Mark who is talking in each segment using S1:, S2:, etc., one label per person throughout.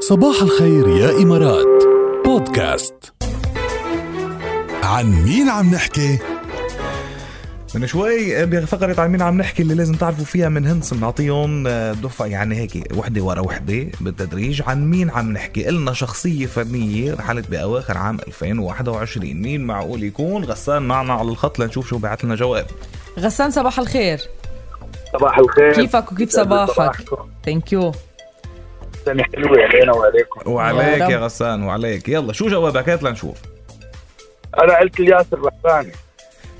S1: صباح الخير يا إمارات بودكاست
S2: عن مين عم نحكي؟
S3: من شوي بفقرة عن مين عم نحكي اللي لازم تعرفوا فيها من هندس بنعطيهم دفعة يعني هيك وحدة ورا وحدة بالتدريج عن مين عم نحكي قلنا شخصية فنية رحلت بأواخر عام 2021 مين معقول يكون غسان معنا على الخط لنشوف شو بعت لنا جواب
S4: غسان صباح الخير
S5: صباح الخير
S4: كيفك وكيف صباحك؟ ثانك يو
S5: سنة حلوة علينا وعليكم
S3: وعليك
S4: يا رب.
S3: يا غسان وعليك يلا شو جوابك هات لنشوف
S5: أنا قلت لياسر رحباني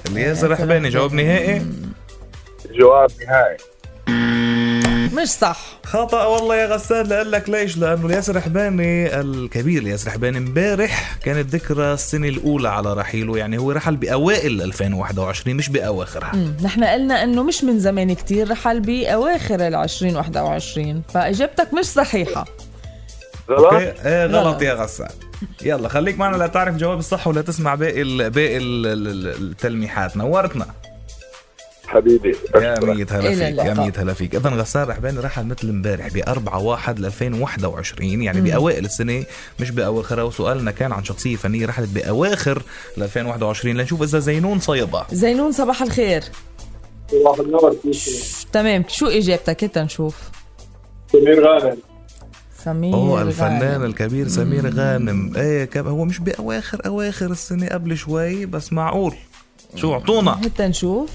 S3: اللي
S4: آه،
S3: ياسر رحباني جواب نهائي
S5: جواب نهائي
S4: مش صح
S3: خطأ والله يا غسان لأقول لك ليش لأنه ياسر رحباني الكبير ياسر رحباني امبارح كانت ذكرى السنة الأولى على رحيله يعني هو رحل بأوائل 2021 مش بأواخرها
S4: مم. نحن قلنا انه مش من زمان كتير رحل باواخر ال 2021 فاجابتك مش صحيحه
S5: غلط؟
S3: اوكي ايه غلط
S4: غلط.
S3: يا غسان يلا خليك معنا لا تعرف جواب الصح ولا تسمع باقي ال... باقي ال... ال- ال- التلميحات نورتنا
S5: حبيبي
S3: يا
S5: أشكرك.
S3: ميت هلا
S4: إلى
S3: فيك يا
S4: اللقاء.
S3: ميت هلا فيك اذا غسان رحباني رحل مثل امبارح ب 4 1 ل 2021 يعني باوائل السنه مش باواخرها وسؤالنا كان عن شخصيه فنيه رحلت باواخر ل 2021 لنشوف اذا زينون صيبه
S4: زينون صباح الخير
S5: صباح النور فيكم.
S4: ش- تمام شو اجابتك هات نشوف
S5: سمير غانم
S4: سمير
S3: اوه الفنان
S4: غانم.
S3: الكبير سمير غانم ايه كب- هو مش باواخر اواخر السنه قبل شوي بس معقول شو اعطونا
S4: هات نشوف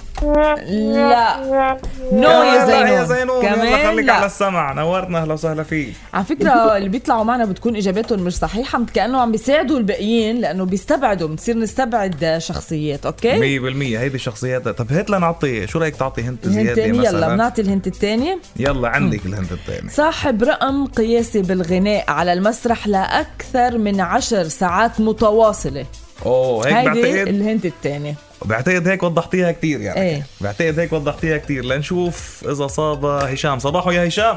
S4: لا نو يا
S3: لا،
S4: زينون
S3: يا زينون يلا
S4: كمان
S3: خليك على
S4: لا
S3: السمع نورتنا اهلا وسهلا فيك
S4: على فكرة اللي بيطلعوا معنا بتكون إجاباتهم مش صحيحة كأنه عم بيساعدوا الباقيين لأنه بيستبعدوا بنصير نستبعد شخصيات أوكي؟
S3: 100% هيدي الشخصيات طب هات لنعطي شو رايك تعطي هنت
S4: الهنت
S3: زياده
S4: التاني يلا
S3: مثلا
S4: بنعطي الهنت الثاني
S3: يلا عندك الهنت الثاني
S4: صاحب رقم قياسي بالغناء على المسرح لأكثر من عشر ساعات متواصلة
S3: اوه هيك
S4: هيدي
S3: طيب، بعتقد
S4: الهنت الثاني
S3: بعتقد هيك وضحتيها كثير يعني
S4: إيه.
S3: بعتقد هيك وضحتيها كثير لنشوف اذا صاب هشام صباحو يا هشام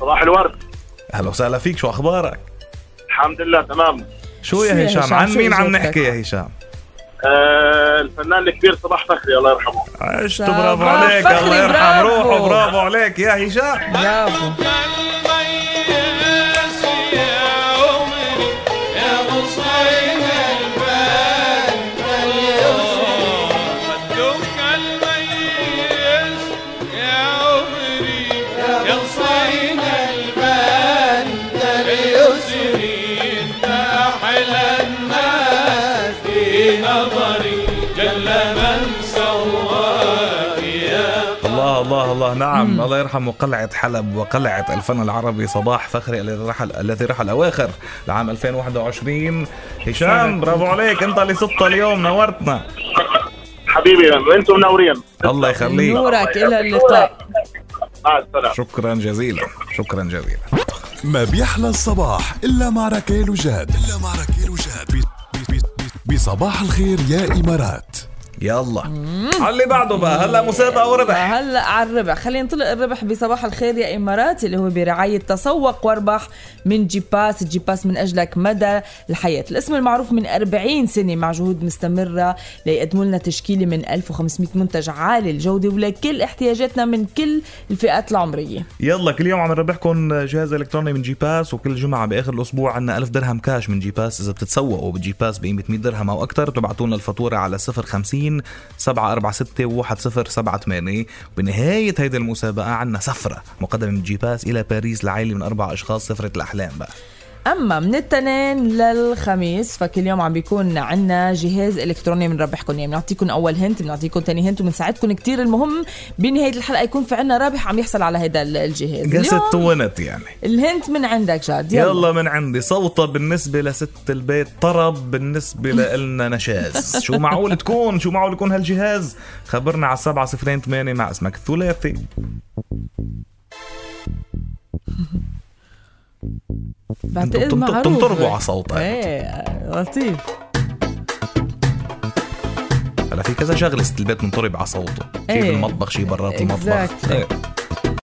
S5: صباح الورد
S3: اهلا وسهلا فيك شو اخبارك
S5: الحمد لله تمام
S3: شو
S4: شو
S3: يا
S4: يا
S3: هشام
S4: هشام؟
S3: عن
S4: شو
S3: مين عم
S4: إجابتك؟
S3: نحكي يا هشام
S5: آه الفنان الكبير صباح فخري الله يرحمه
S3: عشت
S4: صباح
S3: برافو عليك الله
S4: فخري،
S3: يرحم
S4: برافو.
S3: روحه برافو عليك يا هشام
S4: برافو
S3: الله الله الله نعم الله يرحمه قلعة حلب وقلعة الفن العربي صباح فخري الذي رحل الذي رحل أواخر لعام 2021 هشام برافو عليك أنت اللي صدت اليوم نورتنا
S5: حبيبي وانتم منورين
S3: الله يخليك
S4: نورك إلى اللقاء
S5: مع السلامة
S3: شكرا جزيلا شكرا جزيلا
S2: ما بيحلى الصباح إلا مع ركيل وجاد إلا مع ركيل وجاد بي- بي- بي- بي- بصباح الخير يا إمارات
S3: يلا على اللي بعده بقى هلا مسابقة وربح
S4: هلا على الربح خلينا نطلق الربح بصباح الخير يا امارات اللي هو برعايه تسوق واربح من جي باس جي باس من اجلك مدى الحياه الاسم المعروف من 40 سنه مع جهود مستمره ليقدموا لنا تشكيله من 1500 منتج عالي الجوده ولكل احتياجاتنا من كل الفئات العمريه
S3: يلا كل يوم عم نربحكم جهاز الكتروني من جي باس وكل جمعه باخر الاسبوع عنا 1000 درهم كاش من جي باس اذا بتتسوقوا بجي باس بقيمه 100 درهم او اكثر بتبعتوا لنا الفاتوره على 050 746 1078 وبنهايه هيدي المسابقه عنا سفره مقدمه من جي باس الى باريس لعائله من اربع اشخاص سفره الاحلام بقى
S4: اما من التنين للخميس فكل يوم عم بيكون عنا جهاز الكتروني بنربحكم يعني بنعطيكم اول هنت بنعطيكم تاني هنت وبنساعدكم كتير المهم بنهايه الحلقه يكون في عنا رابح عم يحصل على هذا الجهاز
S3: قست
S4: اليوم
S3: ونت يعني
S4: الهنت من عندك جاد يلا,
S3: يلا من عندي صوتة بالنسبة لست البيت طرب بالنسبة لنا نشاز شو معقول تكون شو معقول يكون هالجهاز خبرنا على سبعة صفرين ثمانية مع اسمك الثلاثي
S4: بعتقد
S3: تم- تم-
S4: معروف
S3: تمطربوا على صوتك.
S4: ايه لطيف
S3: هلا في كذا شغلة ست البيت منطرب على صوته شي
S4: إيه.
S3: بالمطبخ شي برات المطبخ
S4: Exactly.
S3: إيه.